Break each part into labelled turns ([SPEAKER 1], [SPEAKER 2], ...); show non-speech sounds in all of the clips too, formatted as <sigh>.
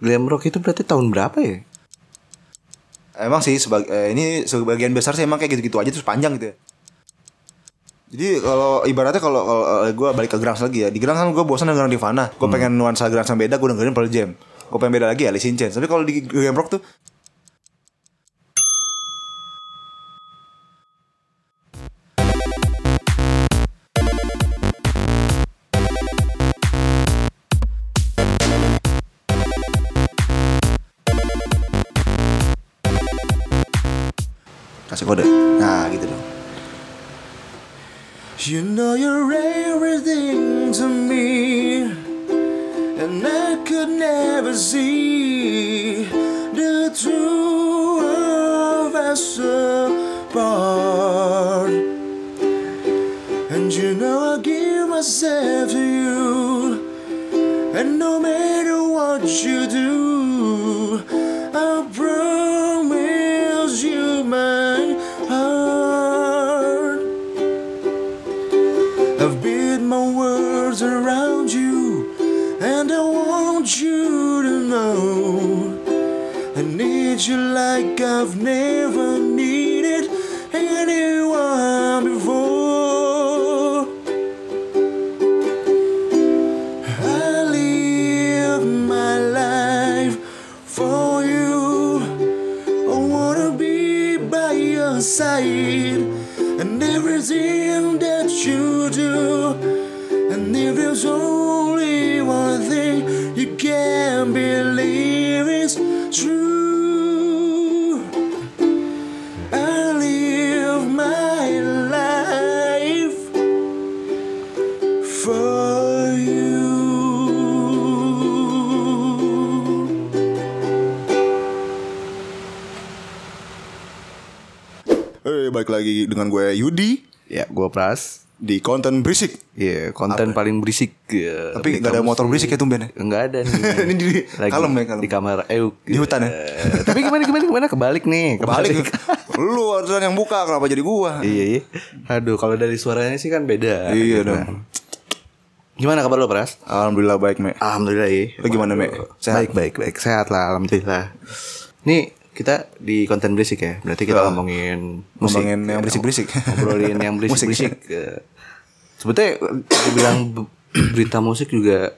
[SPEAKER 1] Glam rock itu berarti tahun berapa ya?
[SPEAKER 2] Emang sih sebagai eh, ini sebagian besar sih emang kayak gitu-gitu aja terus panjang gitu. ya. Jadi kalau ibaratnya kalau gue balik ke Grunge lagi ya di Grunge kan gue bosan dengan Nirvana. Gue pengen nuansa Grunge yang beda. Gue dengerin Pearl Jam. Gue pengen beda lagi ya, Alice in Chains. Tapi kalau di Game Rock tuh kasih kode. Nah gitu dong. You know you're everything to me, and I could never see the true of us apart. And you know I give myself to you, and no matter what you do, I promise you my heart. I've built my words around you, and I want you to know I need you like I've never needed anyone before. I live my life for you. I wanna be by your side, and everything that you do. And if there's only one thing you can believe is true, I live my life for you. Eh, balik lagi dengan gue Yudi
[SPEAKER 1] Ya, gua Pras.
[SPEAKER 2] di konten berisik.
[SPEAKER 1] Iya, konten paling berisik. ya, di
[SPEAKER 2] Tapi gak ada
[SPEAKER 1] kampus.
[SPEAKER 2] motor berisik ya tumben. ya?
[SPEAKER 1] Enggak ada nih.
[SPEAKER 2] <laughs> Ini di- kalem ya, kalem.
[SPEAKER 1] Di kamar euk.
[SPEAKER 2] Di hutan ya?
[SPEAKER 1] Eh, Tapi gimana gimana gimana kebalik nih.
[SPEAKER 2] Balik ya? lu adalah yang buka kenapa jadi gua?
[SPEAKER 1] iya, iya. Aduh, kalau dari suaranya sih kan beda.
[SPEAKER 2] Iya
[SPEAKER 1] Nah.
[SPEAKER 2] dong.
[SPEAKER 1] Gimana kabar lo, Pras?
[SPEAKER 2] Alhamdulillah baik, Me.
[SPEAKER 1] Alhamdulillah ya.
[SPEAKER 2] Lo Oh, gimana, Me? Sehat?
[SPEAKER 1] Baik, baik, baik. Sehat lah, alhamdulillah. Nih, kita di konten berisik ya. Berarti kita
[SPEAKER 2] Ah.
[SPEAKER 1] ngomongin musik. Ya,
[SPEAKER 2] Ngomongin yang berisik-berisik.
[SPEAKER 1] Ngobrolin
[SPEAKER 2] <laughs>
[SPEAKER 1] yang berisik-berisik. Eh, Sebetulnya dibilang b- berita musik juga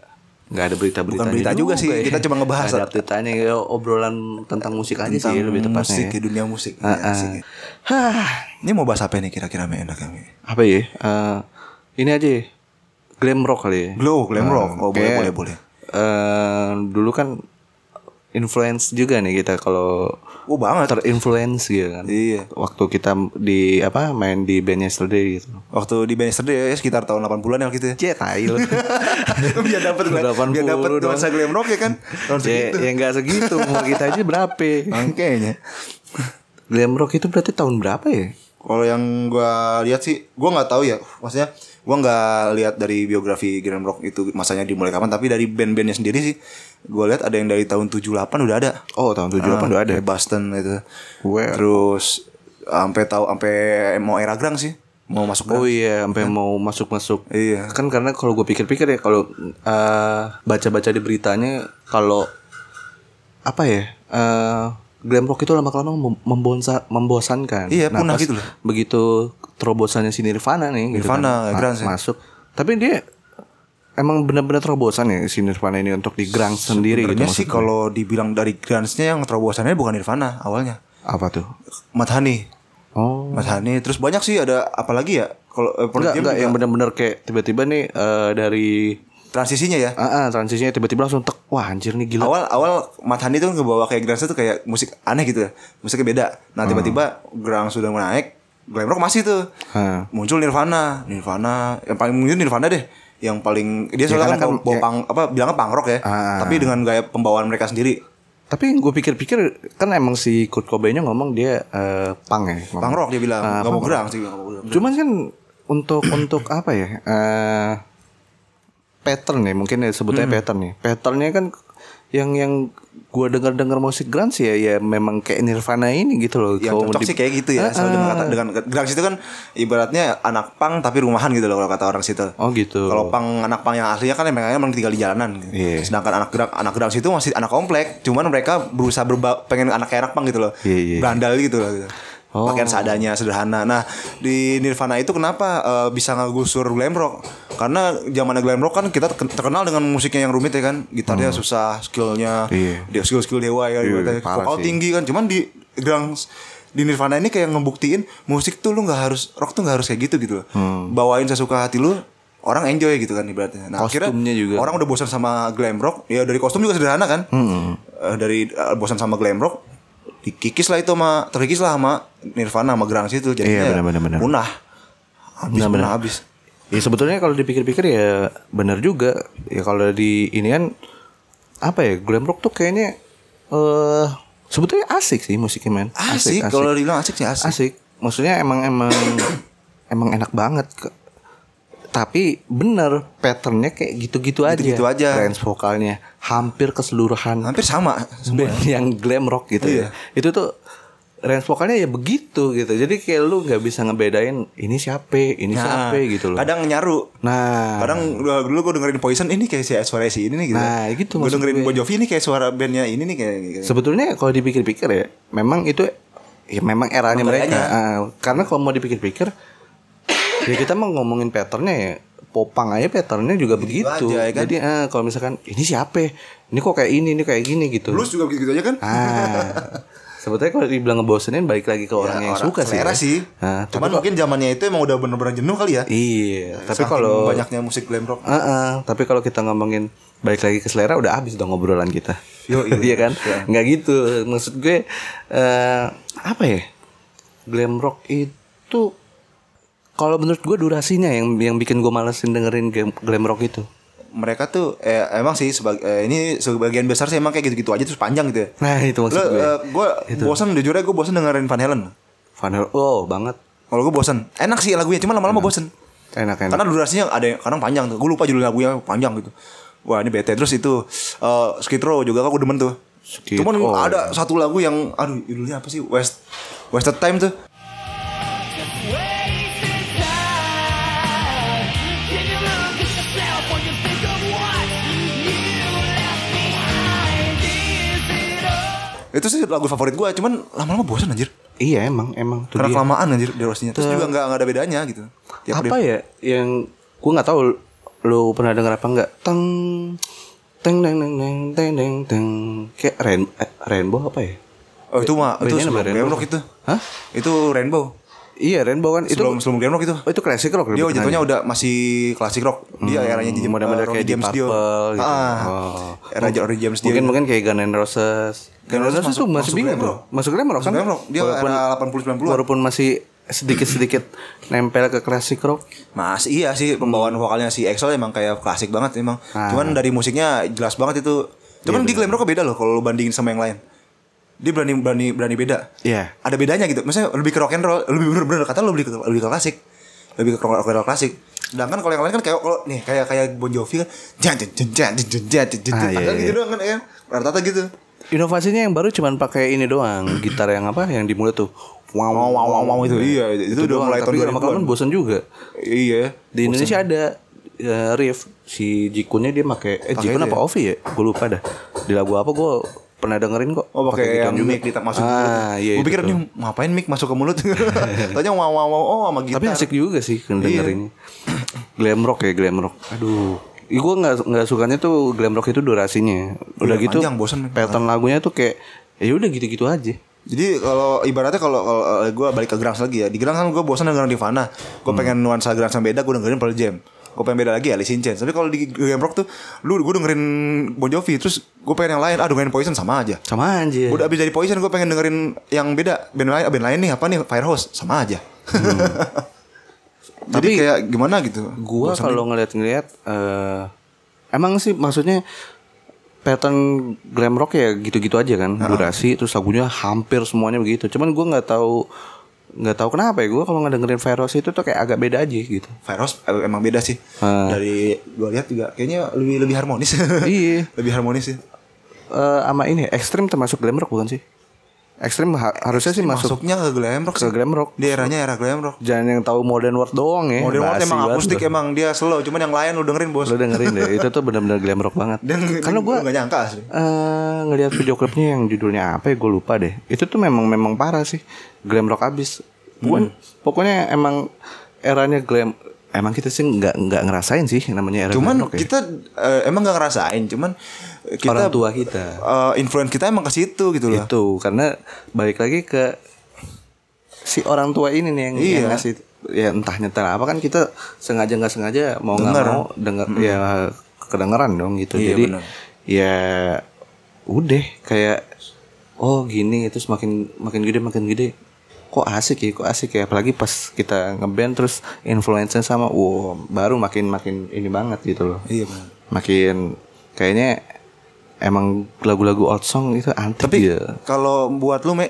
[SPEAKER 1] nggak ada berita-berita
[SPEAKER 2] Bukan berita juga sih, kita cuma ngebahas.
[SPEAKER 1] ada update-nya ya, obrolan tentang musik aja sih lebih tepatnya.
[SPEAKER 2] musik
[SPEAKER 1] ya.
[SPEAKER 2] di dunia musik.
[SPEAKER 1] Ah,
[SPEAKER 2] Iya,
[SPEAKER 1] ah.
[SPEAKER 2] asik ya.
[SPEAKER 1] Hah,
[SPEAKER 2] Ini mau bahas apa nih kira-kira Me enak kami?
[SPEAKER 1] apa ya? Eh, ini aja ya. glam rock kali ya.
[SPEAKER 2] Glow, glam rock. Oh, boleh,
[SPEAKER 1] Kayak,
[SPEAKER 2] boleh, boleh.
[SPEAKER 1] eh, dulu kan influence juga nih kita kalau
[SPEAKER 2] Oh, banget.
[SPEAKER 1] terinfluence gitu kan.
[SPEAKER 2] Iya.
[SPEAKER 1] Waktu kita di apa main di band yesterday gitu.
[SPEAKER 2] Waktu di Bannister ya sekitar tahun 80-an ya gitu ya.
[SPEAKER 1] Cie tai <laughs> lu.
[SPEAKER 2] biar dapat biar dapat
[SPEAKER 1] 80
[SPEAKER 2] nuansa
[SPEAKER 1] dong.
[SPEAKER 2] glam rock ya kan. Tahun
[SPEAKER 1] Cie,
[SPEAKER 2] segitu.
[SPEAKER 1] ya enggak segitu. Mau kita aja berapa? ya?
[SPEAKER 2] Makanya.
[SPEAKER 1] Glam rock itu berarti tahun berapa ya?
[SPEAKER 2] Kalau yang gua lihat sih, gua nggak tahu ya. Maksudnya gua nggak lihat dari biografi Glam Rock itu masanya dimulai kapan, tapi dari band-bandnya sendiri sih gua lihat ada yang dari tahun 78 udah ada.
[SPEAKER 1] Oh, tahun 78
[SPEAKER 2] Ah,
[SPEAKER 1] udah ada.
[SPEAKER 2] kayak Boston itu.
[SPEAKER 1] Well.
[SPEAKER 2] Terus sampai tahu sampai mau era Grang sih, mau masuk
[SPEAKER 1] Oh
[SPEAKER 2] Grang.
[SPEAKER 1] iya, sampai mau masuk-masuk.
[SPEAKER 2] Iya.
[SPEAKER 1] Kan karena kalau gue pikir-pikir ya kalau eh, baca-baca di beritanya kalau apa ya? eh glam rock itu lama-lama mem- membonsa- membosankan. Nah,
[SPEAKER 2] Iya, punah
[SPEAKER 1] pas
[SPEAKER 2] gitu loh.
[SPEAKER 1] Begitu terobosannya si Nirvana nih gitu
[SPEAKER 2] Nirvana,
[SPEAKER 1] kan,
[SPEAKER 2] Grunge ya.
[SPEAKER 1] masuk. Tapi dia emang benar-benar terobosan ya si Nirvana ini untuk di grunge sendiri gitu.
[SPEAKER 2] Sebenarnya sih
[SPEAKER 1] maksud-
[SPEAKER 2] kalau dibilang dari Grunge-nya yang terobosannya bukan Nirvana awalnya.
[SPEAKER 1] apa tuh?
[SPEAKER 2] Madhani.
[SPEAKER 1] Oh.
[SPEAKER 2] Madhani terus banyak sih ada apalagi ya kalau eh, Pearl
[SPEAKER 1] Enggak,
[SPEAKER 2] Jam
[SPEAKER 1] enggak
[SPEAKER 2] juga
[SPEAKER 1] yang benar-benar kayak tiba-tiba nih eh, dari
[SPEAKER 2] transisinya ya.
[SPEAKER 1] Ah, ah, transisinya tiba-tiba langsung tek. Wah, anjir nih gila.
[SPEAKER 2] awal awal Mathani tuh ngebawa kayak Grunge tuh kayak musik aneh gitu ya. musiknya beda nah
[SPEAKER 1] Hmm.
[SPEAKER 2] tiba-tiba Grunge sudah naik glam rock masih tuh
[SPEAKER 1] Ah.
[SPEAKER 2] muncul Nirvana Nirvana yang paling mungkin Nirvana deh yang paling dia soalnya
[SPEAKER 1] karena
[SPEAKER 2] kan,
[SPEAKER 1] kan-
[SPEAKER 2] bawa, bawa
[SPEAKER 1] ya.
[SPEAKER 2] punk- apa bilangnya punk rock ya
[SPEAKER 1] Ah.
[SPEAKER 2] tapi dengan gaya pembawaan mereka sendiri
[SPEAKER 1] Tapi gue pikir-pikir kan emang si Kurt Cobainnya ngomong dia eh, punk ya. ngomong.
[SPEAKER 2] punk rock dia bilang
[SPEAKER 1] Ah,
[SPEAKER 2] nggak mau
[SPEAKER 1] punk rock.
[SPEAKER 2] Grunge dia bilang nggak mau Grunge.
[SPEAKER 1] Cuman kan untuk untuk apa ya?
[SPEAKER 2] Hmm.
[SPEAKER 1] eh pattern ya mungkin ya sebutnya pattern ya. Patternnya kan yang yang gua denger dengar musik grunge ya ya memang kayak Nirvana ini gitu loh.
[SPEAKER 2] yang
[SPEAKER 1] Kalau di-
[SPEAKER 2] cocok
[SPEAKER 1] Ah,
[SPEAKER 2] sih kayak gitu ya selalu dengan kata dengan grunge itu kan ibaratnya anak pang tapi rumahan gitu loh kalau kata orang situ
[SPEAKER 1] Oh gitu.
[SPEAKER 2] kalau pang anak pang yang aslinya kan emang emang tinggal di jalanan gitu.
[SPEAKER 1] Iya.
[SPEAKER 2] sedangkan anak gerak anak gerak situ masih anak komplek cuman mereka berusaha berba, pengen anak kayak anak pang gitu loh
[SPEAKER 1] Iya, iya.
[SPEAKER 2] berandal gitu loh gitu.
[SPEAKER 1] Oh.
[SPEAKER 2] pakaian seadanya sederhana nah di Nirvana itu kenapa eh, bisa ngegusur glam rock karena zaman glam rock kan kita terken- terkenal dengan musiknya yang rumit ya kan gitarnya susah skillnya
[SPEAKER 1] Hmm. Iya.
[SPEAKER 2] dia skill skill dewa
[SPEAKER 1] Iya,
[SPEAKER 2] ya ibaratnya.
[SPEAKER 1] parah
[SPEAKER 2] vokal
[SPEAKER 1] sih.
[SPEAKER 2] tinggi kan cuman di gerang di Nirvana ini kayak ngebuktiin musik tuh lu nggak harus rock tuh nggak harus kayak gitu gitu loh
[SPEAKER 1] Hmm.
[SPEAKER 2] bawain sesuka hati lu orang enjoy gitu kan ibaratnya nah
[SPEAKER 1] Kostumnya
[SPEAKER 2] akhirnya
[SPEAKER 1] juga.
[SPEAKER 2] orang udah bosan sama glam rock ya dari kostum juga sederhana kan
[SPEAKER 1] Hmm.
[SPEAKER 2] Eh, dari eh, bosan sama glam rock dikikis lah itu sama terkikis lah sama Nirvana sama Grunge itu jadinya
[SPEAKER 1] Iya, benar, benar, benar.
[SPEAKER 2] punah habis
[SPEAKER 1] Benar,
[SPEAKER 2] punah
[SPEAKER 1] benar.
[SPEAKER 2] habis
[SPEAKER 1] Ya sebetulnya kalau dipikir-pikir ya benar juga. Ya kalau di ini kan apa ya glam rock tuh kayaknya eh sebetulnya asik sih musiknya men.
[SPEAKER 2] asik, kalau dibilang asik sih asik
[SPEAKER 1] asik maksudnya emang emang <coughs> emang enak banget Ke- tapi bener patternnya kayak gitu-gitu aja
[SPEAKER 2] Gitu-gitu aja.
[SPEAKER 1] range vokalnya hampir keseluruhan
[SPEAKER 2] hampir sama
[SPEAKER 1] band yang glam rock gitu
[SPEAKER 2] Iya.
[SPEAKER 1] ya itu tuh range vokalnya ya begitu gitu jadi kayak lu nggak bisa ngebedain ini siapa ini
[SPEAKER 2] Nah,
[SPEAKER 1] siapa gitu loh
[SPEAKER 2] kadang nyaru
[SPEAKER 1] nah
[SPEAKER 2] Kadang dulu- dulu gue dengerin Poison ini kayak si suara si ini nih gitu.
[SPEAKER 1] Nah, gitu
[SPEAKER 2] Gue
[SPEAKER 1] maksud
[SPEAKER 2] dengerin
[SPEAKER 1] gue.
[SPEAKER 2] Bon Jovi ini kayak suara bandnya ini nih kayak gitu. kayak-
[SPEAKER 1] Sebetulnya kalau dipikir-pikir ya, memang itu ya memang eranya
[SPEAKER 2] Emang
[SPEAKER 1] mereka.
[SPEAKER 2] eranya.
[SPEAKER 1] Ah, karena kalau mau dipikir-pikir, ya kita mau ngomongin patternnya ya. Popang aja patternnya juga begitu.
[SPEAKER 2] aja, ya kan?
[SPEAKER 1] Jadi ah, kalau misalkan ini siapa? Ini kok kayak ini, ini kayak gini gitu.
[SPEAKER 2] Blues juga gitu aja kan? <laughs>
[SPEAKER 1] Ah, sebetulnya kalau dibilang ngebosenin balik lagi ke orang yang suka sih.
[SPEAKER 2] Ya, selera
[SPEAKER 1] ya.
[SPEAKER 2] sih.
[SPEAKER 1] Ah, tapi
[SPEAKER 2] Cuman mungkin zamannya itu emang udah bener-bener jenuh kali ya.
[SPEAKER 1] iya, tapi
[SPEAKER 2] Saking
[SPEAKER 1] kalau
[SPEAKER 2] banyaknya musik glam rock.
[SPEAKER 1] Ah, ah, tapi kalau kita ngomongin balik lagi ke selera udah habis dong ngobrolan kita.
[SPEAKER 2] Yo, iya.
[SPEAKER 1] <laughs> iya kan? Nggak gitu. Maksud gue eh, apa ya? Glam rock itu kalau menurut gue durasinya yang yang bikin gue malesin dengerin glam, glam rock itu.
[SPEAKER 2] Mereka tuh eh, emang sih sebagai eh, ini sebagian besar sih emang kayak gitu-gitu aja terus panjang gitu ya.
[SPEAKER 1] Nah, itu maksud
[SPEAKER 2] Lo,
[SPEAKER 1] gue.
[SPEAKER 2] eh, gue bosan jujur aja gue bosan dengerin Van Halen.
[SPEAKER 1] Van Halen- oh, banget.
[SPEAKER 2] Kalau gue bosan, enak sih lagunya, cuman
[SPEAKER 1] Nah.
[SPEAKER 2] lama-lama bosan.
[SPEAKER 1] Enak-enak.
[SPEAKER 2] Karena durasinya ada yang kadang panjang tuh. Gue lupa judul lagunya panjang gitu. Wah ini bete terus itu eh Skid Row juga aku demen tuh.
[SPEAKER 1] Skid
[SPEAKER 2] Cuman
[SPEAKER 1] Row.
[SPEAKER 2] ada satu lagu yang aduh judulnya apa sih West Wasted Time tuh. Itu sih lagu favorit gue, cuman lama-lama bosan anjir.
[SPEAKER 1] Iya, emang emang tuh
[SPEAKER 2] Karena
[SPEAKER 1] dia.
[SPEAKER 2] kelamaan anjir durasinya. Terus juga nggak nggak ada bedanya gitu. Tiap
[SPEAKER 1] apa ya yang gue nggak tahu lo pernah denger apa nggak teng teng teng teng teng teng teng teng kayak rain, eh, rainbow apa ya
[SPEAKER 2] Oh itu mah itu
[SPEAKER 1] Bedanya
[SPEAKER 2] sebelum
[SPEAKER 1] nama
[SPEAKER 2] Glam
[SPEAKER 1] Rainbow.
[SPEAKER 2] Rock itu.
[SPEAKER 1] Hah?
[SPEAKER 2] Itu Rainbow.
[SPEAKER 1] iya rainbow kan itu
[SPEAKER 2] Sebelum sebelum Glam Rock itu.
[SPEAKER 1] oh, itu klasik rock
[SPEAKER 2] Dia
[SPEAKER 1] lebih Hmm,
[SPEAKER 2] jatuhnya udah masih klasik rock. Dia eranya di
[SPEAKER 1] model-model kayak Deep Purple gitu.
[SPEAKER 2] Ah,
[SPEAKER 1] Oh.
[SPEAKER 2] Era Johnny James Dio. gitu.
[SPEAKER 1] mungkin mungkin kayak Gun N' Roses Gun N' Roses tuh
[SPEAKER 2] masuk-
[SPEAKER 1] masih
[SPEAKER 2] masuk
[SPEAKER 1] bingung
[SPEAKER 2] glam
[SPEAKER 1] bro
[SPEAKER 2] rock.
[SPEAKER 1] masuk glam rock kan
[SPEAKER 2] Glam rock. Dia
[SPEAKER 1] walaupun
[SPEAKER 2] era 80-90-an.
[SPEAKER 1] walaupun masih sedikit sedikit nempel ke klasik rock
[SPEAKER 2] Mas iya sih pembawaan vokalnya si EXO emang kayak klasik banget emang.
[SPEAKER 1] Nah.
[SPEAKER 2] Cuman dari musiknya jelas banget itu.
[SPEAKER 1] Iya,
[SPEAKER 2] Cuman di glam rock beda loh kalau lu bandingin sama yang lain. Dia berani berani berani beda.
[SPEAKER 1] Iya.
[SPEAKER 2] Ada bedanya gitu. Maksudnya lebih ke rock and roll, lebih bener-bener kata lu lebih ke, lebih ke klasik. Lebih ke rock and roll klasik. Sedangkan kalau yang lain kan kayak kalau nih kayak kayak Bon Jovi kan jan jan jan jan jan jan jan jan
[SPEAKER 1] Ah,
[SPEAKER 2] jan.
[SPEAKER 1] iya,
[SPEAKER 2] Padahal
[SPEAKER 1] iya.
[SPEAKER 2] gitu doang kan ya. Rata-rata gitu.
[SPEAKER 1] inovasinya yang baru cuman pakai ini doang gitar yang apa yang di mulut tuh wow
[SPEAKER 2] Wow wow wow, wow itu. Iya, itu, udah mulai
[SPEAKER 1] tapi
[SPEAKER 2] tahun
[SPEAKER 1] lama kelamaan
[SPEAKER 2] 2000-an.
[SPEAKER 1] bosan juga
[SPEAKER 2] Iya.
[SPEAKER 1] di Indonesia ada eh, riff si Jikunnya dia pakai eh
[SPEAKER 2] Pakai
[SPEAKER 1] Jikun
[SPEAKER 2] itu
[SPEAKER 1] apa Ovi ya gue lupa dah di lagu apa gue pernah dengerin kok
[SPEAKER 2] Oh pakai yang mic ditak masuk ke mulut.
[SPEAKER 1] gitu ah iya
[SPEAKER 2] Gua pikir
[SPEAKER 1] itu
[SPEAKER 2] nih
[SPEAKER 1] tuh.
[SPEAKER 2] ngapain mic masuk ke mulut? <laughs> Tanya wow wow wow oh sama gitar. Iya.
[SPEAKER 1] tapi asik juga sih
[SPEAKER 2] <clears throat>
[SPEAKER 1] dengerinnya glam rock ya glam rock aduh Ih, gue nggak nggak sukanya tuh glam rock itu durasinya udah
[SPEAKER 2] Udah
[SPEAKER 1] gitu
[SPEAKER 2] Iya, panjang, bosen.
[SPEAKER 1] pattern lagunya tuh kayak ya udah gitu-gitu aja
[SPEAKER 2] Jadi kalau ibaratnya kalau kalau eh, gua balik ke Grunge lagi ya. Di Grunge kan gua bosan dengerin Nirvana. Gua
[SPEAKER 1] Hmm.
[SPEAKER 2] pengen nuansa Grunge yang beda, gua dengerin Pearl Jam. Gua pengen beda lagi ya, Alice in Chains. Tapi kalau di game rock tuh lu gua dengerin Bon Jovi terus gua pengen yang lain. Ah dengerin Poison sama aja.
[SPEAKER 1] sama aja
[SPEAKER 2] Udah abis dari Poison gua pengen dengerin yang beda band lain band lain nih apa nih Firehose sama aja. <laughs> Jadi
[SPEAKER 1] Hmm. Tapi-
[SPEAKER 2] kayak gimana gitu.
[SPEAKER 1] gua kalau ngeliat-ngeliat eh, emang sih maksudnya pattern glam rock ya gitu-gitu aja kan durasi terus lagunya hampir semuanya begitu cuman gua nggak tahu nggak tahu kenapa ya gua kalau ngedengerin virus itu tuh kayak agak beda aja <laughs> gitu
[SPEAKER 2] Virus eh, emang beda sih.
[SPEAKER 1] Ah.
[SPEAKER 2] Dari gua lihat juga kayaknya <laughs> lebih lebih harmonis.
[SPEAKER 1] iya
[SPEAKER 2] lebih harmonis sih.
[SPEAKER 1] eh, sama ini ekstrim termasuk glam rock bukan sih? Ekstrim ha- harusnya sih masuk
[SPEAKER 2] Masuknya ke glam rock
[SPEAKER 1] ke
[SPEAKER 2] sih.
[SPEAKER 1] glam rock.
[SPEAKER 2] Di eranya era glam rock.
[SPEAKER 1] Jangan yang tahu modern word doang ya.
[SPEAKER 2] Modern rock
[SPEAKER 1] Basi
[SPEAKER 2] emang
[SPEAKER 1] banget
[SPEAKER 2] akustik
[SPEAKER 1] lu.
[SPEAKER 2] emang dia slow, cuman yang lain lu dengerin bos.
[SPEAKER 1] Lu
[SPEAKER 2] <laughs>
[SPEAKER 1] dengerin deh, itu tuh benar-benar glam rock banget.
[SPEAKER 2] Dan
[SPEAKER 1] Karena gua
[SPEAKER 2] gak nyangka asli.
[SPEAKER 1] eh ngelihat video klipnya yang judulnya apa ya gue lupa deh itu tuh memang memang parah sih glam rock abis
[SPEAKER 2] Hmm.
[SPEAKER 1] gue pokoknya emang eranya glam emang kita sih nggak nggak ngerasain sih namanya era glam
[SPEAKER 2] Cuman
[SPEAKER 1] rock ya.
[SPEAKER 2] kita eh, emang gak ngerasain, cuman kita
[SPEAKER 1] orang tua Iya. kita
[SPEAKER 2] eh, influence kita emang ke situ gitu loh.
[SPEAKER 1] itu karena balik lagi ke si orang tua ini nih yang, yang
[SPEAKER 2] Iya.
[SPEAKER 1] ngasih ya entah nyetel apa kan kita sengaja nggak sengaja mau nggak
[SPEAKER 2] Dengar.
[SPEAKER 1] mau dengar ya kedengeran dong gitu
[SPEAKER 2] Iya,
[SPEAKER 1] jadi
[SPEAKER 2] benar.
[SPEAKER 1] ya udah kayak oh gini itu semakin makin gede makin gede kok asik ya kok asik ya apalagi pas kita ngeband terus influence sama wow baru makin makin ini banget gitu loh
[SPEAKER 2] Iya benar.
[SPEAKER 1] makin kayaknya emang lagu-lagu old song itu antik
[SPEAKER 2] Tapi
[SPEAKER 1] ya.
[SPEAKER 2] kalau buat lu, Me,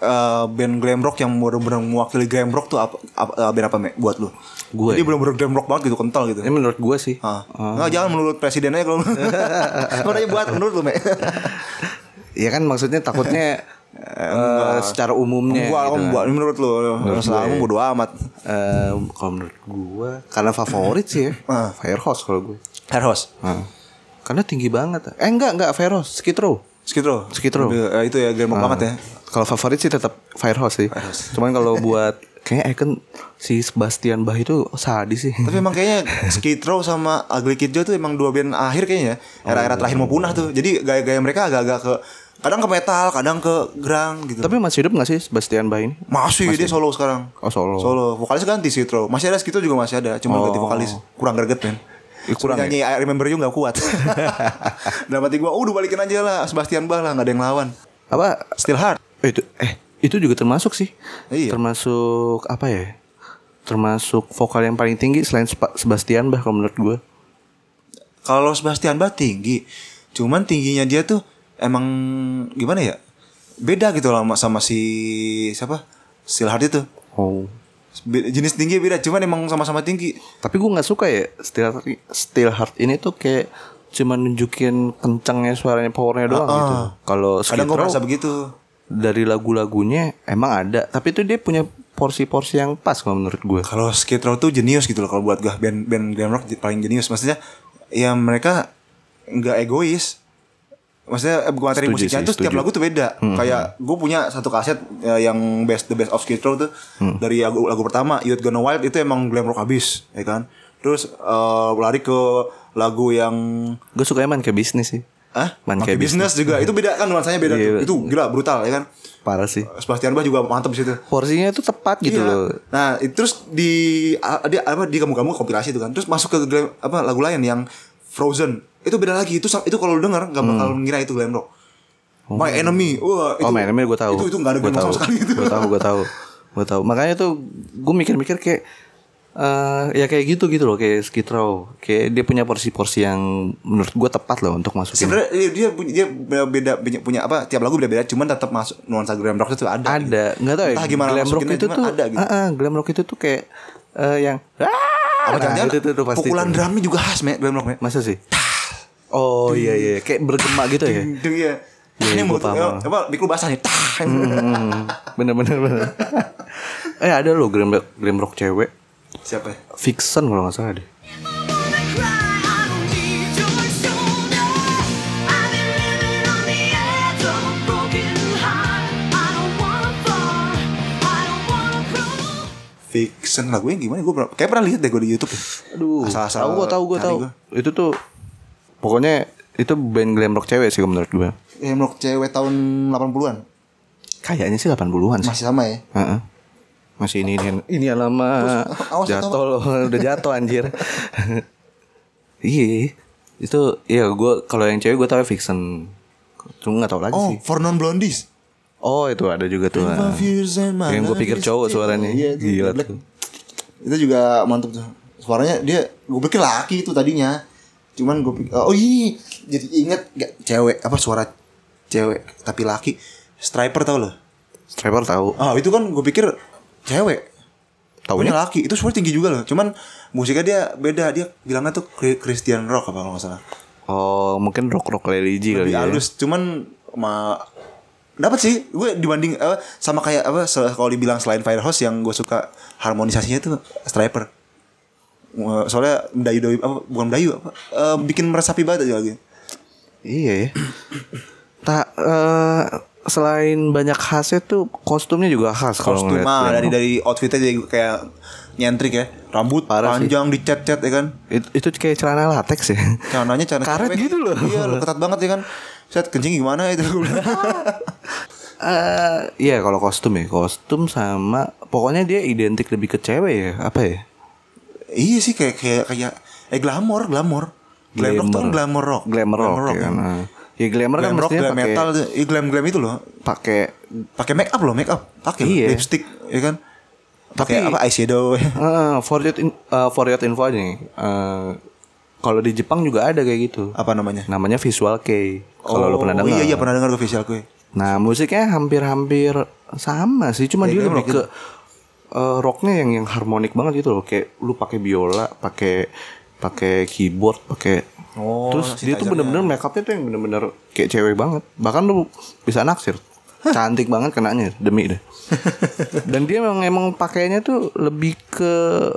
[SPEAKER 2] eh, band glam rock yang benar-benar mewakili glam rock tuh apa, apa eh, band apa, Me? Buat lu?
[SPEAKER 1] Gue
[SPEAKER 2] Jadi benar-benar glam rock banget gitu, kental gitu.
[SPEAKER 1] Ini menurut gue sih.
[SPEAKER 2] Hah. Nggak, jangan menurut presiden
[SPEAKER 1] <laughs>
[SPEAKER 2] aja kalau Mau aja buat menurut lu, Me.
[SPEAKER 1] Ya kan maksudnya takutnya
[SPEAKER 2] <laughs>
[SPEAKER 1] eh, secara umumnya. gitu
[SPEAKER 2] gua
[SPEAKER 1] iya.
[SPEAKER 2] om
[SPEAKER 1] kan.
[SPEAKER 2] buat menurut lu. Masalah lu bodo amat.
[SPEAKER 1] Eh, kalau menurut gue karena favorit
[SPEAKER 2] <clears throat>
[SPEAKER 1] sih ya.
[SPEAKER 2] Ah.
[SPEAKER 1] Firehouse kalau gue.
[SPEAKER 2] Heros.
[SPEAKER 1] Ah. Karena tinggi banget. Eh enggak enggak Firehouse, Skid Row.
[SPEAKER 2] Skid Row.
[SPEAKER 1] Skid Row. Ah.
[SPEAKER 2] Lebih- eh, itu ya glam rock banget ya.
[SPEAKER 1] Kalau favorit sih tetap Firehouse sih. Cuman
[SPEAKER 2] <laughs>
[SPEAKER 1] kalau buat kayaknya Icon si Sebastian Bach itu sadis sih.
[SPEAKER 2] Tapi emang kayaknya Skid Row sama Ugly Kid Joe tuh emang dua band akhir kayaknya.
[SPEAKER 1] Oh,
[SPEAKER 2] ya. Era-era terakhir mau punah tuh. Jadi gaya-gaya mereka agak-agak ke kadang ke metal, kadang ke grang gitu.
[SPEAKER 1] Tapi masih hidup gak sih Sebastian Bach ini?
[SPEAKER 2] masih, dia solo sekarang.
[SPEAKER 1] Oh solo.
[SPEAKER 2] Solo, vokalis ganti Skid Row. Masih ada Skid Row juga masih ada, cuma ganti vokalis. Kurang greget, men.
[SPEAKER 1] Ih, Eh, kurang ya?
[SPEAKER 2] Nyanyi I Remember You gak
[SPEAKER 1] <laughs>
[SPEAKER 2] kuat Dalam hati gue Udah balikin aja lah Sebastian Bach lah Gak ada yang lawan
[SPEAKER 1] Apa
[SPEAKER 2] Still hard
[SPEAKER 1] Eh, itu eh itu juga termasuk sih
[SPEAKER 2] Iya.
[SPEAKER 1] termasuk apa ya termasuk vokal yang paling tinggi selain Spa- Sebastian Bach kalau menurut gue
[SPEAKER 2] Kalau Sebastian Bach tinggi, cuman tingginya dia tuh emang gimana ya? Beda gitu lah sama, sama si siapa? Silhard itu.
[SPEAKER 1] oh
[SPEAKER 2] Be- Jenis tinggi beda, cuman emang sama-sama tinggi.
[SPEAKER 1] tapi gue nggak suka ya Steel Steel Heart ini tuh kayak cuma nunjukin kencangnya suaranya powernya doang
[SPEAKER 2] Ah, ah.
[SPEAKER 1] gitu kalau Skid
[SPEAKER 2] Kadang gue
[SPEAKER 1] Row
[SPEAKER 2] merasa begitu.
[SPEAKER 1] dari lagu-lagunya emang ada tapi itu dia punya porsi-porsi yang pas kalau menurut gue
[SPEAKER 2] Kalau Skid Row tuh jenius gitu loh kalau buat gua band band glam rock j- paling jenius maksudnya ya mereka nggak egois. Maksudnya eh, materi
[SPEAKER 1] Setuju
[SPEAKER 2] musiknya
[SPEAKER 1] sih,
[SPEAKER 2] tuh
[SPEAKER 1] setuju.
[SPEAKER 2] setiap
[SPEAKER 1] Hmm,
[SPEAKER 2] lagu tuh beda. Kayak gue punya satu kaset eh, yang best the best of Skid Row tuh
[SPEAKER 1] Hmm.
[SPEAKER 2] dari lagu, lagu pertama You're Gonna Wild itu emang glam rock abis, ya kan. Terus eh, lari ke lagu yang
[SPEAKER 1] gue suka emang kayak bisnis sih
[SPEAKER 2] ah
[SPEAKER 1] Man
[SPEAKER 2] Monkey
[SPEAKER 1] Kayak
[SPEAKER 2] Business juga itu beda kan nuansanya beda
[SPEAKER 1] Hmm. Iya.
[SPEAKER 2] tuh. Itu gila brutal ya kan.
[SPEAKER 1] parah sih
[SPEAKER 2] Sebastian Bach juga mantep di situ.
[SPEAKER 1] porsinya tuh tepat gitu
[SPEAKER 2] Iya.
[SPEAKER 1] loh
[SPEAKER 2] Nah, it- terus di a- dia apa di kamu-kamu kompilasi itu kan. Terus masuk ke glam- apa lagu lain yang Frozen. Itu beda lagi. Itu sa- itu kalau lu denger nggak bakal ngira itu glam rock. My Enemy. Wah, itu
[SPEAKER 1] Hmm. oh main gue tahu.
[SPEAKER 2] Itu itu enggak ada
[SPEAKER 1] gue
[SPEAKER 2] glam rock
[SPEAKER 1] tahu.
[SPEAKER 2] sama sekali itu.
[SPEAKER 1] Gue tahu, gue tahu. Gue tahu. Makanya tuh gue mikir-mikir kayak eh ya kayak gitu gitu loh kayak Skid Row. Kayak dia punya porsi-porsi yang menurut gue tepat loh untuk masukin.
[SPEAKER 2] Sebenarnya dia, dia punya dia beda punya, punya apa tiap lagu beda-beda cuman tetap masuk nuansa glam rock itu ada. gitu.
[SPEAKER 1] ada, nggak tahu ya.
[SPEAKER 2] Entah gimana
[SPEAKER 1] glam rock
[SPEAKER 2] masukinnya,
[SPEAKER 1] itu
[SPEAKER 2] cuman
[SPEAKER 1] tuh
[SPEAKER 2] ada gitu.
[SPEAKER 1] Ah, ah, glam rock itu tuh kayak eh, yang
[SPEAKER 2] Apa
[SPEAKER 1] ah,
[SPEAKER 2] jangan-jangan
[SPEAKER 1] itu tuh, tuh pasti.
[SPEAKER 2] pukulan
[SPEAKER 1] tuh.
[SPEAKER 2] drumnya juga khas, me, glam rock, me.
[SPEAKER 1] Masa sih? Oh iya iya kayak bergema gitu ya.
[SPEAKER 2] Ding, ding, iya.
[SPEAKER 1] Iya,
[SPEAKER 2] Ini
[SPEAKER 1] gua
[SPEAKER 2] mulut
[SPEAKER 1] paham.
[SPEAKER 2] eh, apa mikro basah nih. Tah.
[SPEAKER 1] Hmm, bener bener bener. <laughs> eh ada loh glam rock, glam rock cewek.
[SPEAKER 2] Siapa? ya?
[SPEAKER 1] Vixen kalau nggak salah deh.
[SPEAKER 2] Fiction lagunya gimana? Gue kayak pernah lihat deh gue di YouTube. ya.
[SPEAKER 1] Aduh,
[SPEAKER 2] Asal-asal
[SPEAKER 1] tahu gue tahu gue
[SPEAKER 2] cari
[SPEAKER 1] tahu.
[SPEAKER 2] gua.
[SPEAKER 1] Itu tuh pokoknya itu band glam rock cewek sih kalau menurut gue.
[SPEAKER 2] Glam rock Eh, cewek tahun 80-an.
[SPEAKER 1] Kayaknya sih 80-an sih.
[SPEAKER 2] Masih sama ya.
[SPEAKER 1] Heeh. Masih ini ini <laughs> ini lama
[SPEAKER 2] awas,
[SPEAKER 1] jatuh loh, <laughs> udah jatuh anjir. Iya. Itu iya gue kalau yang cewek gue tahu Vixen. Cuma nggak tahu lagi
[SPEAKER 2] Oh,
[SPEAKER 1] sih.
[SPEAKER 2] for non blondies.
[SPEAKER 1] Oh, itu ada juga tuh. ah. Yang gue pikir cowok suaranya. Gila tuh.
[SPEAKER 2] Itu juga mantep tuh. Suaranya dia gue pikir laki itu tadinya. Cuman gue pikir oh iya jadi inget gak cewek apa suara cewek tapi laki. Striper tau loh.
[SPEAKER 1] Striper tahu.
[SPEAKER 2] Ah, itu kan gue pikir cewek. Taunya
[SPEAKER 1] Taunya
[SPEAKER 2] laki, itu suara tinggi juga loh. Cuman musiknya dia beda, dia bilangnya tuh Christian rock apa kalau nggak salah.
[SPEAKER 1] Oh, mungkin rock-rock religi kali
[SPEAKER 2] lebih
[SPEAKER 1] ya.
[SPEAKER 2] halus cuman ma dapat sih gue dibanding eh, sama kayak apa se- kalau dibilang selain Firehouse yang gue suka harmonisasinya tuh Striper Eh, soalnya mendayu dayu apa bukan mendayu apa eh, bikin meresapi banget aja lagi
[SPEAKER 1] Iya ya. tak eh, selain banyak khasnya tuh kostumnya juga khas kalau
[SPEAKER 2] kostum
[SPEAKER 1] ngeliat ya.
[SPEAKER 2] ah,
[SPEAKER 1] Glenn
[SPEAKER 2] dari
[SPEAKER 1] Rock.
[SPEAKER 2] dari outfitnya jadi kayak nyentrik ya rambut
[SPEAKER 1] Parah sih.
[SPEAKER 2] panjang dicet-cet ya kan
[SPEAKER 1] It- itu kayak celana latex ya.
[SPEAKER 2] celananya celana
[SPEAKER 1] Karet
[SPEAKER 2] cewek.
[SPEAKER 1] gitu loh.
[SPEAKER 2] iya loh, ketat banget ya kan set kencing gimana itu Gua
[SPEAKER 1] <laughs>
[SPEAKER 2] bilang.
[SPEAKER 1] Eh, iya kalau kostum ya, kostum sama pokoknya dia identik lebih ke cewek ya, apa ya?
[SPEAKER 2] Iya sih kayak kayak kayak eh glamor, glamor. Glam rock tuh kan glamour rock.
[SPEAKER 1] Glamour rock, ya kan.
[SPEAKER 2] ya.
[SPEAKER 1] Nah, Ya glamour kan
[SPEAKER 2] Glam rock,
[SPEAKER 1] mestinya
[SPEAKER 2] glam
[SPEAKER 1] pakai
[SPEAKER 2] metal, iya glam glam itu loh.
[SPEAKER 1] pakai
[SPEAKER 2] Pakai make up loh, make up. Pakai
[SPEAKER 1] Iya.
[SPEAKER 2] lipstick ya kan. Pakai
[SPEAKER 1] Tapi-
[SPEAKER 2] apa eyeshadow. <laughs>
[SPEAKER 1] eh, for your in- eh, for your info aja nih. eh, kalau di Jepang juga ada kayak gitu.
[SPEAKER 2] apa namanya?
[SPEAKER 1] Namanya visual kei. Kalau lo pernah dengar.
[SPEAKER 2] Iya iya pernah dengar gue facial gue.
[SPEAKER 1] Nah musiknya hampir-hampir sama sih, cuma dia lebih ke eh, rocknya yang yang harmonik banget gitu loh, kayak lu pakai biola, pakai pakai keyboard, pakai
[SPEAKER 2] Oh,
[SPEAKER 1] terus dia tuh bener-bener makeupnya tuh yang bener-bener kayak cewek banget, bahkan lu bisa naksir, cantik banget kenanya demi deh. Dan dia memang emang pakainya tuh lebih ke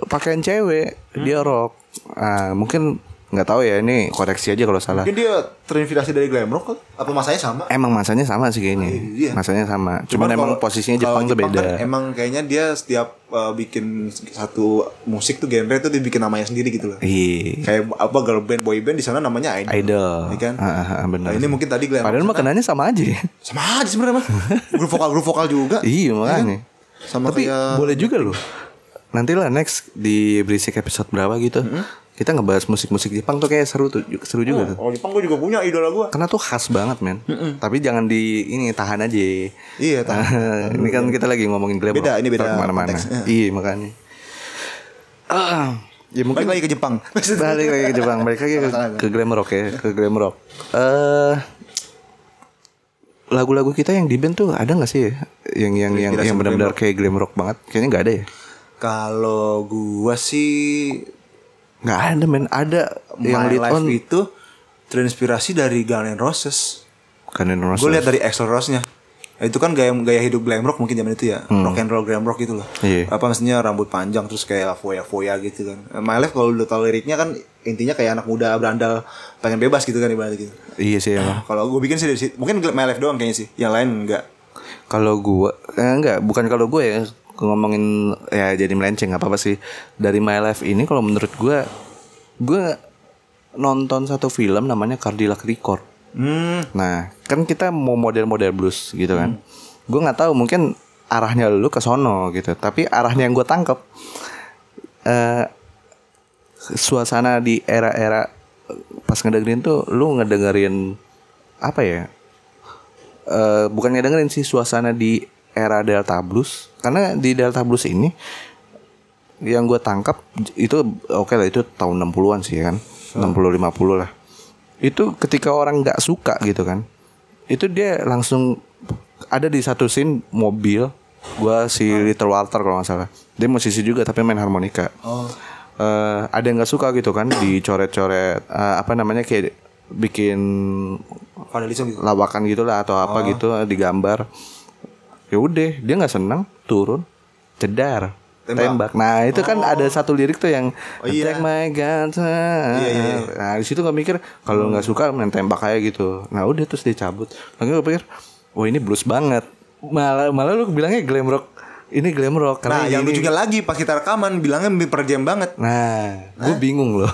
[SPEAKER 1] pakaian cewek, dia rock, Ah, mungkin nggak tahu ya ini koreksi aja kalau salah.
[SPEAKER 2] Mungkin dia terinspirasi dari glam rock kali. apa masanya sama?
[SPEAKER 1] Emang masanya sama sih kayaknya.
[SPEAKER 2] iya.
[SPEAKER 1] Masanya sama. Eh, Cuman, emang
[SPEAKER 2] kalau-
[SPEAKER 1] posisinya
[SPEAKER 2] kalau
[SPEAKER 1] Jepang, tuh beda.
[SPEAKER 2] kan emang kayaknya dia setiap uh, bikin satu musik tuh genre tuh dibikin namanya sendiri gitu loh.
[SPEAKER 1] Iya.
[SPEAKER 2] Kayak apa girl band, boy band di sana namanya idol.
[SPEAKER 1] Idol.
[SPEAKER 2] Iya kan?
[SPEAKER 1] Ah, ah, ah, benar.
[SPEAKER 2] Nah, ini mungkin tadi Glenn
[SPEAKER 1] Padahal makanannya sama aja. ya.
[SPEAKER 2] sama aja sebenarnya mah. grup vokal grup vokal juga. kan?
[SPEAKER 1] iya makanya.
[SPEAKER 2] Sama
[SPEAKER 1] Tapi
[SPEAKER 2] kayak-
[SPEAKER 1] boleh juga loh. Nanti lah next di berisik episode berapa gitu. Kita ngebahas musik-musik Jepang tuh kayak seru tuh, seru juga tuh.
[SPEAKER 2] Oh Jepang gue juga punya idola gue.
[SPEAKER 1] Karena tuh khas banget men. Tapi jangan di ini tahan aja.
[SPEAKER 2] Iya, tahan.
[SPEAKER 1] <laughs> ini kan kita lagi ngomongin glam
[SPEAKER 2] Beda,
[SPEAKER 1] rock.
[SPEAKER 2] ini beda
[SPEAKER 1] Ntar kemana-mana.
[SPEAKER 2] konteksnya.
[SPEAKER 1] Iya makanya. Ah, ya mungkin
[SPEAKER 2] Balik lagi ke Jepang.
[SPEAKER 1] <laughs> balik lagi ke Jepang balik lagi ke,
[SPEAKER 2] Salah, salah.
[SPEAKER 1] ke glam rock ya ke glam rock eh lagu-lagu kita yang di band tuh ada nggak sih ya? yang yang yang
[SPEAKER 2] Inspirasi
[SPEAKER 1] yang
[SPEAKER 2] glam
[SPEAKER 1] benar-benar kayak glam rock banget kayaknya nggak ada ya
[SPEAKER 2] Kalau gue sih
[SPEAKER 1] nggak ada men ada yang
[SPEAKER 2] My
[SPEAKER 1] lead
[SPEAKER 2] Life
[SPEAKER 1] on
[SPEAKER 2] itu terinspirasi dari Guns N' Roses.
[SPEAKER 1] Guns N' Roses.
[SPEAKER 2] Gue lihat dari Axl Rose-nya. Ya, Itu kan gaya gaya hidup glam rock mungkin zaman itu ya. Rock and roll glam rock gitu loh.
[SPEAKER 1] Hmm. Iya.
[SPEAKER 2] Apa maksudnya rambut panjang terus kayak foya-foya gitu kan. My Life kalau udah tau liriknya kan intinya kayak anak muda berandal pengen bebas gitu kan ibaratnya gitu.
[SPEAKER 1] iya sih emang
[SPEAKER 2] Kalau gue bikin sih dari situ. Mungkin My Life doang kayaknya sih. Yang lain enggak.
[SPEAKER 1] kalau gua eh, enggak bukan kalau gue ya ngomongin ya jadi melenceng apa apa sih dari my life ini kalau menurut gua gua nonton satu film namanya Cadillac Record
[SPEAKER 2] Hmm.
[SPEAKER 1] Nah, kan kita mau model-model blues gitu kan. Gue nggak tahu mungkin arahnya lu ke sono gitu, tapi arahnya yang gue tangkep eh suasana di era-era pas ngedengerin tuh lu ngedengerin apa ya? Eh bukan ngedengerin sih suasana di era Delta Blues karena di Delta Blues ini yang gue tangkap itu oke lah itu tahun 60-an sih ya kan. 60 50 lah. Itu ketika orang nggak suka gitu kan. Itu dia langsung ada di satu scene mobil gua si Little Walter kalau nggak salah. Dia musisi juga tapi main harmonika. Eh, ada yang nggak suka gitu kan dicoret-coret eh, apa namanya kayak bikin
[SPEAKER 2] Vandalism gitu.
[SPEAKER 1] lawakan gitulah atau
[SPEAKER 2] Oh.
[SPEAKER 1] apa gitu eh, digambar. Ya udah, dia nggak senang, turun, cedar, tembak.
[SPEAKER 2] Tembak.
[SPEAKER 1] Nah, itu kan ada satu lirik tuh yang
[SPEAKER 2] Oh, iya.
[SPEAKER 1] Take my guns. Nah, di situ gua mikir kalau
[SPEAKER 2] Hmm.
[SPEAKER 1] nggak suka main tembak aja gitu. Nah, udah terus dia cabut. Lagi gue pikir, "Wah, ini blues banget." Malah malah lu bilangnya glam rock. Ini glam rock karena
[SPEAKER 2] Nah, yang
[SPEAKER 1] ini-
[SPEAKER 2] lucunya lagi pas kita rekaman bilangnya per jam banget.
[SPEAKER 1] Nah, gue bingung
[SPEAKER 2] <laughs>
[SPEAKER 1] loh.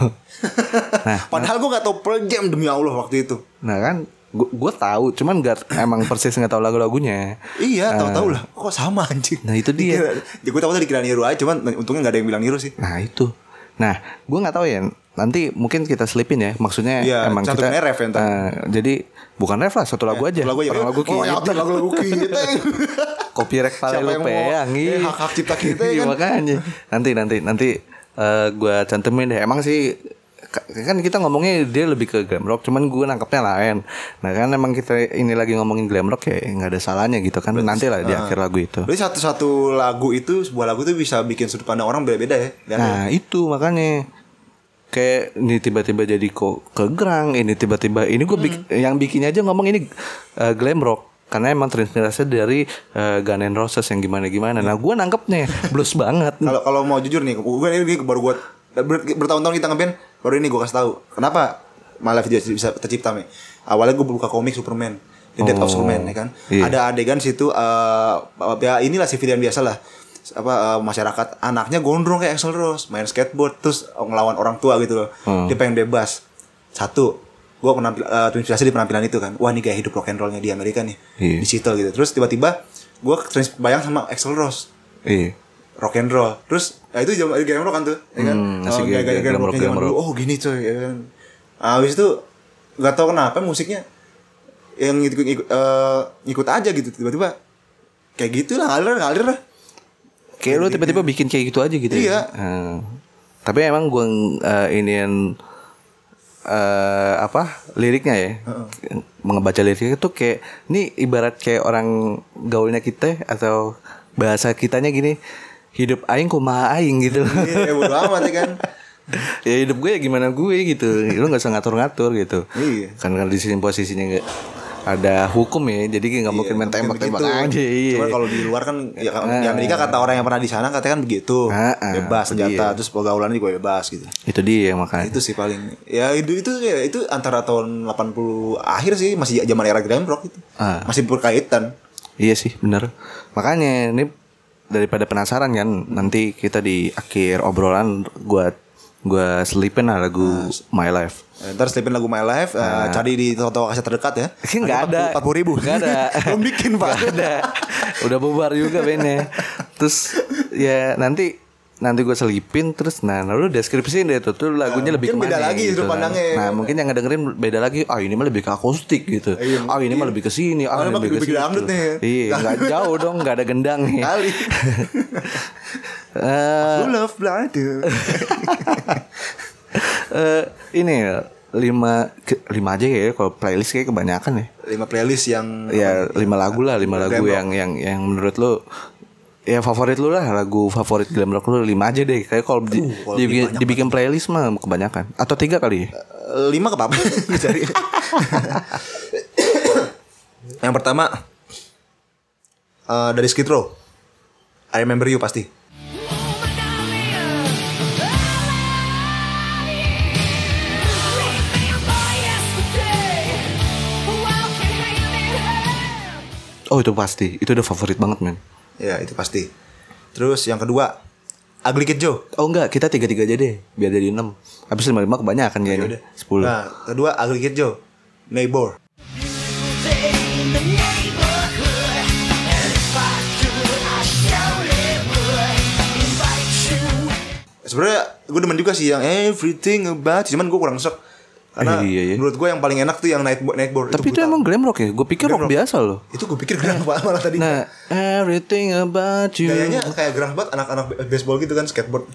[SPEAKER 1] nah,
[SPEAKER 2] Padahal gue gak tau per jam demi Allah waktu itu.
[SPEAKER 1] nah kan gue gue tahu, cuman gak emang persis nggak tahu lagu-lagunya.
[SPEAKER 2] Iya, tahu-tahu lah. Kok sama
[SPEAKER 1] Eh.
[SPEAKER 2] anjing?
[SPEAKER 1] Nah, itu dia.
[SPEAKER 2] Dikira- <laughs> Ya, gue takutnya dikira niru aja, cuman untungnya gak ada yang bilang niru sih.
[SPEAKER 1] Nah itu. Nah, gue nggak tahu ya. Nanti mungkin kita selipin ya. Maksudnya
[SPEAKER 2] Iya,
[SPEAKER 1] emang kita.
[SPEAKER 2] cantuminnya ref ya ntar.
[SPEAKER 1] eh, jadi bukan ref lah, satu lagu aja.
[SPEAKER 2] Lagu aja.
[SPEAKER 1] Orang lagu
[SPEAKER 2] Oh,
[SPEAKER 1] kita.
[SPEAKER 2] ya, betul, lagu-lagu
[SPEAKER 1] <laughs>
[SPEAKER 2] kita.
[SPEAKER 1] Kopi rek pale
[SPEAKER 2] Siapa
[SPEAKER 1] lu
[SPEAKER 2] yang mau-
[SPEAKER 1] peang.
[SPEAKER 2] eh,
[SPEAKER 1] iya.
[SPEAKER 2] hak-hak cipta kita ya
[SPEAKER 1] Iya,
[SPEAKER 2] kan?
[SPEAKER 1] Makanya. Nanti nanti nanti eh, gua gue cantumin deh. Emang sih ka- kan kita ngomongnya dia lebih ke glam rock cuman gue nangkepnya lain nah kan emang kita ini lagi ngomongin glam rock ya nggak ada salahnya gitu kan nanti lah di
[SPEAKER 2] Ah.
[SPEAKER 1] akhir lagu itu
[SPEAKER 2] Berarti satu-satu Iya, lagu itu sebuah lagu tuh bisa bikin sudut pandang orang beda-beda ya. Dan
[SPEAKER 1] Nah itu Nah, makanya kayak ini tiba-tiba jadi kok ke gerang ini tiba-tiba ini gue yang bikinnya aja ngomong ini eh, glam rock karena emang terinspirasi dari eh, Gun N' Roses yang gimana-gimana nah gue nangkepnya blues banget
[SPEAKER 2] Kalau kalau mau jujur nih, gue ini baru gue bertahun-tahun kita ngeband, baru ini gue kasih tahu. Kenapa malah video bisa tercipta nih? Awalnya gue buka komik Superman, The Death of Superman, ya kan?
[SPEAKER 1] Oh, iya.
[SPEAKER 2] Ada adegan situ, eh ya inilah si video biasa lah apa eh, masyarakat anaknya gondrong kayak Axl Rose main skateboard terus ngelawan orang tua gitu loh
[SPEAKER 1] Oh.
[SPEAKER 2] dia pengen bebas satu gue penampil eh, terinspirasi di penampilan itu kan wah ini gaya hidup rock and rollnya di Amerika nih
[SPEAKER 1] Iya.
[SPEAKER 2] di situ gitu terus tiba-tiba gue bayang sama Axl Rose
[SPEAKER 1] iya
[SPEAKER 2] rock and roll. Terus ya itu zaman glam rock kan tuh, ya kan?
[SPEAKER 1] Hmm, masih
[SPEAKER 2] gaya-
[SPEAKER 1] gaya-
[SPEAKER 2] gaya
[SPEAKER 1] glam
[SPEAKER 2] rocknya
[SPEAKER 1] rock,
[SPEAKER 2] zaman
[SPEAKER 1] glam
[SPEAKER 2] dulu. Oh, gini coy, ya kan. Nah, habis itu nggak tahu kenapa musiknya yang ikut ikut, eh, ikut aja gitu tiba-tiba kayak gitulah ngalir ngalir lah. <laughs>
[SPEAKER 1] kayak lu tiba-tiba bikin kayak gitu aja gitu ya?
[SPEAKER 2] Iya.
[SPEAKER 1] Eh, tapi emang gue inian eh, apa liriknya ya mengebaca liriknya itu kayak ini ibarat kayak orang gaulnya kita atau bahasa kitanya gini hidup aing kumaha aing gitu
[SPEAKER 2] Iya, bodo amat ya kan.
[SPEAKER 1] <laughs> ya hidup gue ya gimana gue gitu lu nggak usah ngatur-ngatur gitu
[SPEAKER 2] Iya.
[SPEAKER 1] kan kalau di sini posisinya nggak ada hukum ya
[SPEAKER 2] Iya,
[SPEAKER 1] jadi nggak mungkin main tembak-tembak aja iya. Ah.
[SPEAKER 2] Cuman kalau di luar kan ya, di Amerika kata orang yang pernah di sana katanya kan begitu.
[SPEAKER 1] Heeh,
[SPEAKER 2] bebas
[SPEAKER 1] itu dia.
[SPEAKER 2] senjata terus pergaulannya juga bebas gitu.
[SPEAKER 1] itu dia yang makanya
[SPEAKER 2] Itu sih paling ya itu itu ya, itu antara tahun 80 akhir sih masih zaman era glam rock gitu.
[SPEAKER 1] Ah.
[SPEAKER 2] Masih berkaitan.
[SPEAKER 1] Iya sih bener Makanya ini daripada penasaran kan Nanti kita di akhir obrolan gua gua selipin lah lagu My Life
[SPEAKER 2] Eh, Ntar selipin lagu My Life, eh, cari di toko kaset terdekat ya.
[SPEAKER 1] Ah. Nggak ada
[SPEAKER 2] Empat puluh
[SPEAKER 1] <laughs>
[SPEAKER 2] ribu.
[SPEAKER 1] Nggak ada
[SPEAKER 2] <laughs> Belum bikin pak.
[SPEAKER 1] Nggak ada Udah bubar juga bandnya Terus ya nanti Nanti gua selipin terus nah lalu deskripsiin deh tuh, tuh lagunya lebih
[SPEAKER 2] mungkin
[SPEAKER 1] kemana
[SPEAKER 2] beda lagi sudut
[SPEAKER 1] kan.
[SPEAKER 2] pandangnya.
[SPEAKER 1] Nah mungkin yang ngedengerin beda lagi Ah ini mah lebih ke akustik gitu
[SPEAKER 2] Iya,
[SPEAKER 1] Ah ini mah lebih ke sini
[SPEAKER 2] Oh,
[SPEAKER 1] Ah
[SPEAKER 2] ini
[SPEAKER 1] ini
[SPEAKER 2] mah
[SPEAKER 1] lebih ke
[SPEAKER 2] gedung-gedung dangdut
[SPEAKER 1] situ
[SPEAKER 2] nih.
[SPEAKER 1] Iya nggak jauh dong nggak ada gendang nih <laughs>
[SPEAKER 2] Kali.
[SPEAKER 1] Eh,
[SPEAKER 2] Lu love blind dude.
[SPEAKER 1] Eh, ini ya, lima ke- lima aja ya kalau playlist kayak kebanyakan ya.
[SPEAKER 2] <laughs> Lima playlist yang
[SPEAKER 1] Ya lima lagu lah, lima lagu yang yang yang menurut lo ya favorit lu lah lagu favorit glam rock lu lima aja deh kayak kalau di-
[SPEAKER 2] Uh, kalau
[SPEAKER 1] dibikin, dibikin playlist mah kebanyakan atau tiga kali ya?
[SPEAKER 2] Eh, lima
[SPEAKER 1] <laughs>
[SPEAKER 2] ke apa? Cari. yang pertama eh, dari Skid Row. I remember you pasti.
[SPEAKER 1] Oh itu pasti, itu udah favorit banget men.
[SPEAKER 2] Ya itu pasti. Terus yang kedua Ugly Kid Joe.
[SPEAKER 1] Oh enggak, kita tiga tiga aja deh biar jadi enam. Habis lima lima kebanyakan kayaknya sepuluh.
[SPEAKER 2] Ya Nah kedua Ugly Kid Joe. Neighbor. sebenarnya gue demen juga sih yang everything about you. cuman gue kurang sek karena
[SPEAKER 1] Eh, iya, iya.
[SPEAKER 2] menurut gue yang paling enak tuh yang night nightboard
[SPEAKER 1] Tapi itu,
[SPEAKER 2] gua
[SPEAKER 1] emang glam rock ya? Gue pikir rock, biasa loh.
[SPEAKER 2] tahu. itu gue pikir gerah banget malah tadi
[SPEAKER 1] Nah, iya. everything about you.
[SPEAKER 2] gayanya kayak gerah banget anak-anak baseball gitu kan skateboard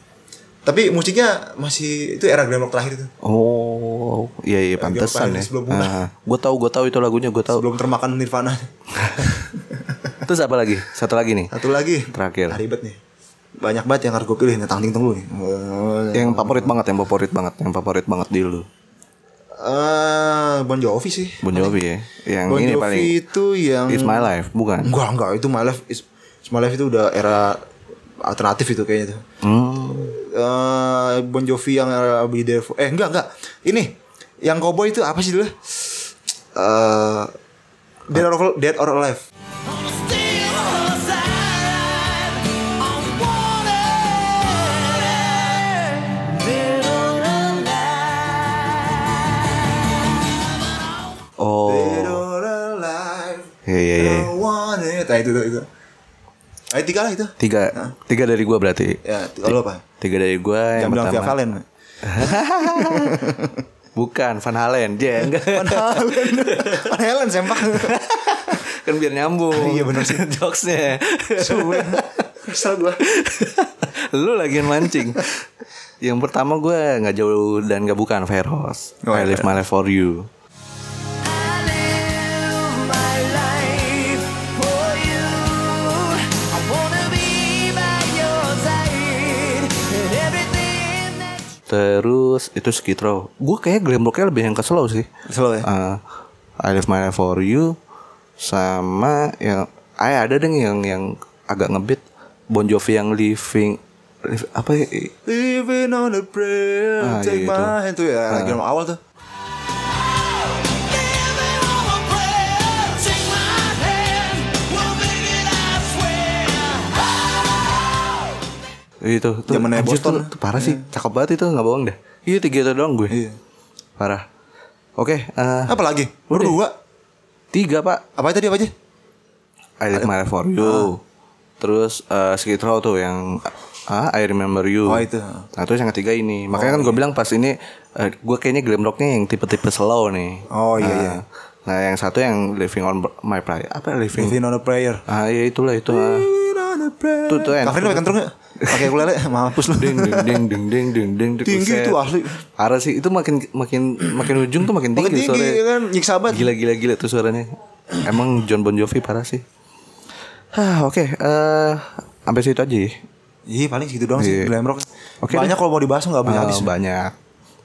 [SPEAKER 2] tapi musiknya masih itu era glam rock terakhir itu
[SPEAKER 1] Oh, iya iya pantesan ya.
[SPEAKER 2] playlist belum buka.
[SPEAKER 1] gue tahu gue tahu itu lagunya gue tahu.
[SPEAKER 2] belum termakan
[SPEAKER 1] <laughs>
[SPEAKER 2] Nirvana
[SPEAKER 1] Terus apa lagi? Satu lagi nih.
[SPEAKER 2] satu lagi
[SPEAKER 1] Terakhir.
[SPEAKER 2] ribet nih banyak banget yang harus gue pilih nih tangting tunggu nih
[SPEAKER 1] Yang favorit banget, yang favorit banget, yang favorit banget di lu.
[SPEAKER 2] Eh, Bon Jovi sih
[SPEAKER 1] Bon Jovi ya. Yang
[SPEAKER 2] Bon
[SPEAKER 1] ini
[SPEAKER 2] Jovi
[SPEAKER 1] paling
[SPEAKER 2] itu yang
[SPEAKER 1] It's My Life, bukan?
[SPEAKER 2] Enggak, enggak. Itu My Life is, It's My Life itu udah era alternatif itu kayaknya tuh.
[SPEAKER 1] Hmm.
[SPEAKER 2] Eh, bon Jovi yang era Be There For- Eh, enggak, enggak. Ini yang cowboy itu apa sih dulu? Eh Dead or, Dead or Alive.
[SPEAKER 1] Oh,
[SPEAKER 2] Dead or Alive.
[SPEAKER 1] Iya, iya, iya.
[SPEAKER 2] I want it. Nah, itu tuh itu. Ayo tiga lah itu.
[SPEAKER 1] tiga, tiga dari gue berarti.
[SPEAKER 2] Ya, kalau apa?
[SPEAKER 1] Tiga dari gue yang
[SPEAKER 2] Yang bilang Via
[SPEAKER 1] pertama.
[SPEAKER 2] Valen.
[SPEAKER 1] <laughs> Bukan Van Halen, dia
[SPEAKER 2] <laughs>
[SPEAKER 1] enggak.
[SPEAKER 2] Van Halen. Van Halen sempak.
[SPEAKER 1] kan biar nyambung.
[SPEAKER 2] Iya, bener sih.
[SPEAKER 1] <laughs> Jokesnya.
[SPEAKER 2] Sumpah. Kesel gua.
[SPEAKER 1] lu lagi yang mancing. yang pertama gue nggak jauh dan nggak bukan Feroz.
[SPEAKER 2] Oh,
[SPEAKER 1] I
[SPEAKER 2] iya,
[SPEAKER 1] live my life for you. Terus Serious itu skid row. Gue kayak glam rocknya lebih yang ke slow sih.
[SPEAKER 3] Slow ya?
[SPEAKER 1] Eh, I Live My Life For You sama yang ah ada deh yang yang agak ngebit Bon Jovi yang Living Liv- apa ya?
[SPEAKER 3] Living on a prayer,
[SPEAKER 1] Ah,
[SPEAKER 3] take
[SPEAKER 1] iya, itu.
[SPEAKER 3] my hand tuh ya, lagi nama awal tuh.
[SPEAKER 1] itu tuh
[SPEAKER 3] Zamannya
[SPEAKER 1] anjir,
[SPEAKER 3] Boston.
[SPEAKER 1] tuh, tuh parah sih cakep banget itu nggak bohong dah iya tiga itu doang gue
[SPEAKER 3] Iya.
[SPEAKER 1] parah oke eh,
[SPEAKER 3] Apa lagi?
[SPEAKER 1] Udah.
[SPEAKER 3] Berdua.
[SPEAKER 1] tiga pak
[SPEAKER 3] Apa tadi apa aja?
[SPEAKER 1] I Live My Life For You. Ah. Terus eh, Skid Row tuh yang ah, I Remember You.
[SPEAKER 3] Oh, itu.
[SPEAKER 1] Nah terus yang ketiga ini. Makanya kan gue bilang pas ini eh, gue kayaknya glam rocknya yang tipe-tipe slow nih.
[SPEAKER 3] Oh, iya,
[SPEAKER 1] Ah.
[SPEAKER 3] iya.
[SPEAKER 1] Nah yang satu yang Living on My Pride. Apa Living?
[SPEAKER 3] Living on a prayer.
[SPEAKER 1] Ah ya itulah itu. ah.
[SPEAKER 3] Living on a prayer.
[SPEAKER 1] Tuh, tuh, enak.
[SPEAKER 3] Kafrin pakai kentrung nggak? Pakai ukulele, mampus lu.
[SPEAKER 1] Ding ding ding ding ding ding ding ding.
[SPEAKER 3] Tinggi
[SPEAKER 1] Buset.
[SPEAKER 3] itu, asli.
[SPEAKER 1] Parah sih itu makin makin makin ujung tuh makin
[SPEAKER 3] Makin
[SPEAKER 1] tinggi,
[SPEAKER 3] tinggi
[SPEAKER 1] suaranya.
[SPEAKER 3] ya kan, nyiksa banget.
[SPEAKER 1] Gila gila gila tuh suaranya. Emang John Bon Jovi parah sih. Hah, oke. eh, sampai situ aja ya.
[SPEAKER 3] Iya paling segitu doang sih
[SPEAKER 1] Iya.
[SPEAKER 3] glam rock.
[SPEAKER 1] Oke
[SPEAKER 3] Banyak
[SPEAKER 1] deh.
[SPEAKER 3] kalau mau dibahas nggak
[SPEAKER 1] Ah,
[SPEAKER 3] banyak habis.
[SPEAKER 1] banyak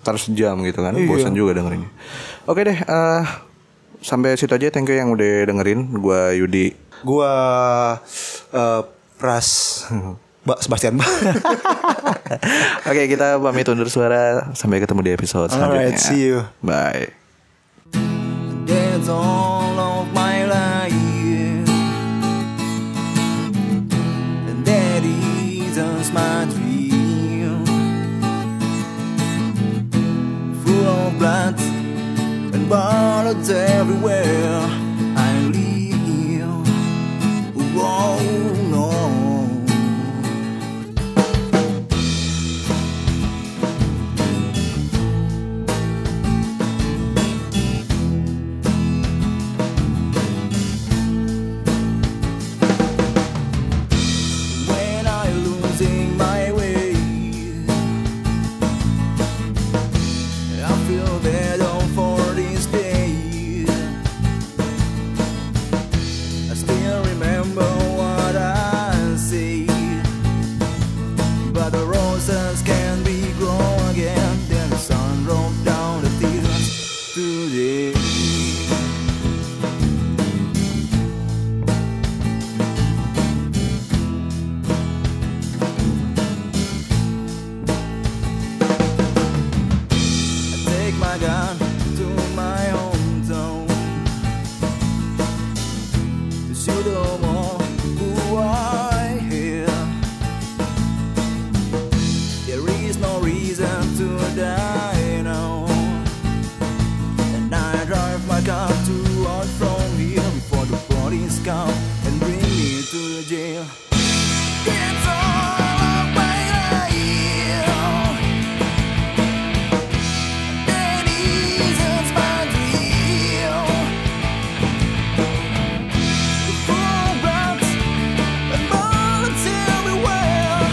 [SPEAKER 1] terus jam gitu kan
[SPEAKER 3] Iya.
[SPEAKER 1] bosan juga dengerinnya oke deh eh, sampai situ aja thank you yang udah dengerin gua
[SPEAKER 3] <laughs>
[SPEAKER 1] Yudi
[SPEAKER 3] Gua eh, Pras Ba Sebastian Ba. <laughs>
[SPEAKER 1] oke kita pamit undur suara sampai ketemu di episode selanjutnya
[SPEAKER 3] Alright, see you.
[SPEAKER 1] bye
[SPEAKER 2] That's all of my life. And that isn't my dream. Full of blood and bullets everywhere. I live. Whoa, no. when I'm losing my way. I feel that all for this day. I still remember what I say, but the roses can be grown again. Then the sun rolled down the tears today. take my gun to my hometown to shoot 'em all who are here. There is no reason to die now, and I drive my car to out from here before the police come and bring me to the jail. It's all of my life. That isn't my deal. The full routes and bullets everywhere.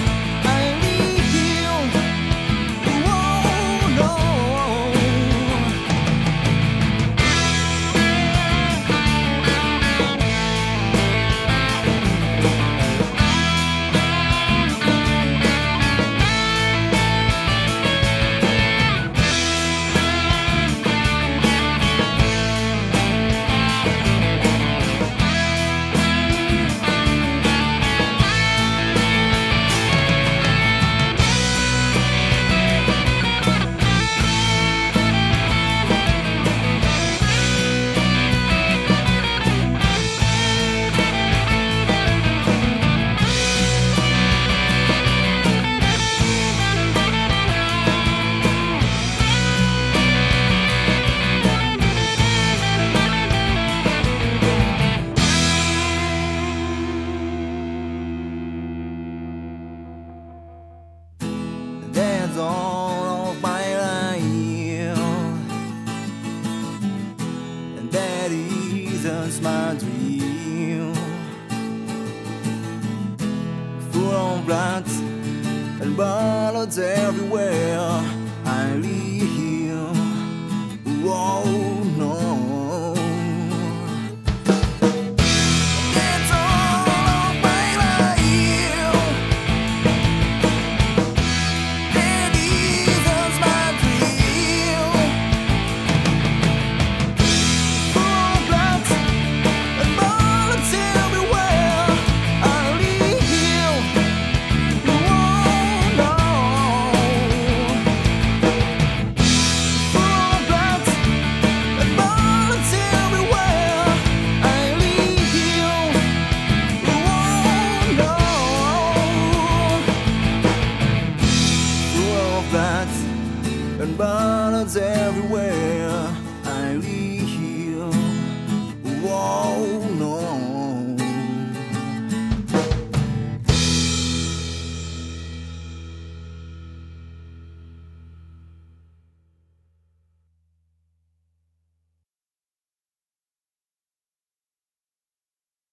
[SPEAKER 2] I need you. Whoa, no. That's all of my life. And that isn't my dream. Full of blood and bullets everywhere. I live. Whoa, no. That's all of my life. That isn't my dream. of that and ballads everywhere. I live here. Wow,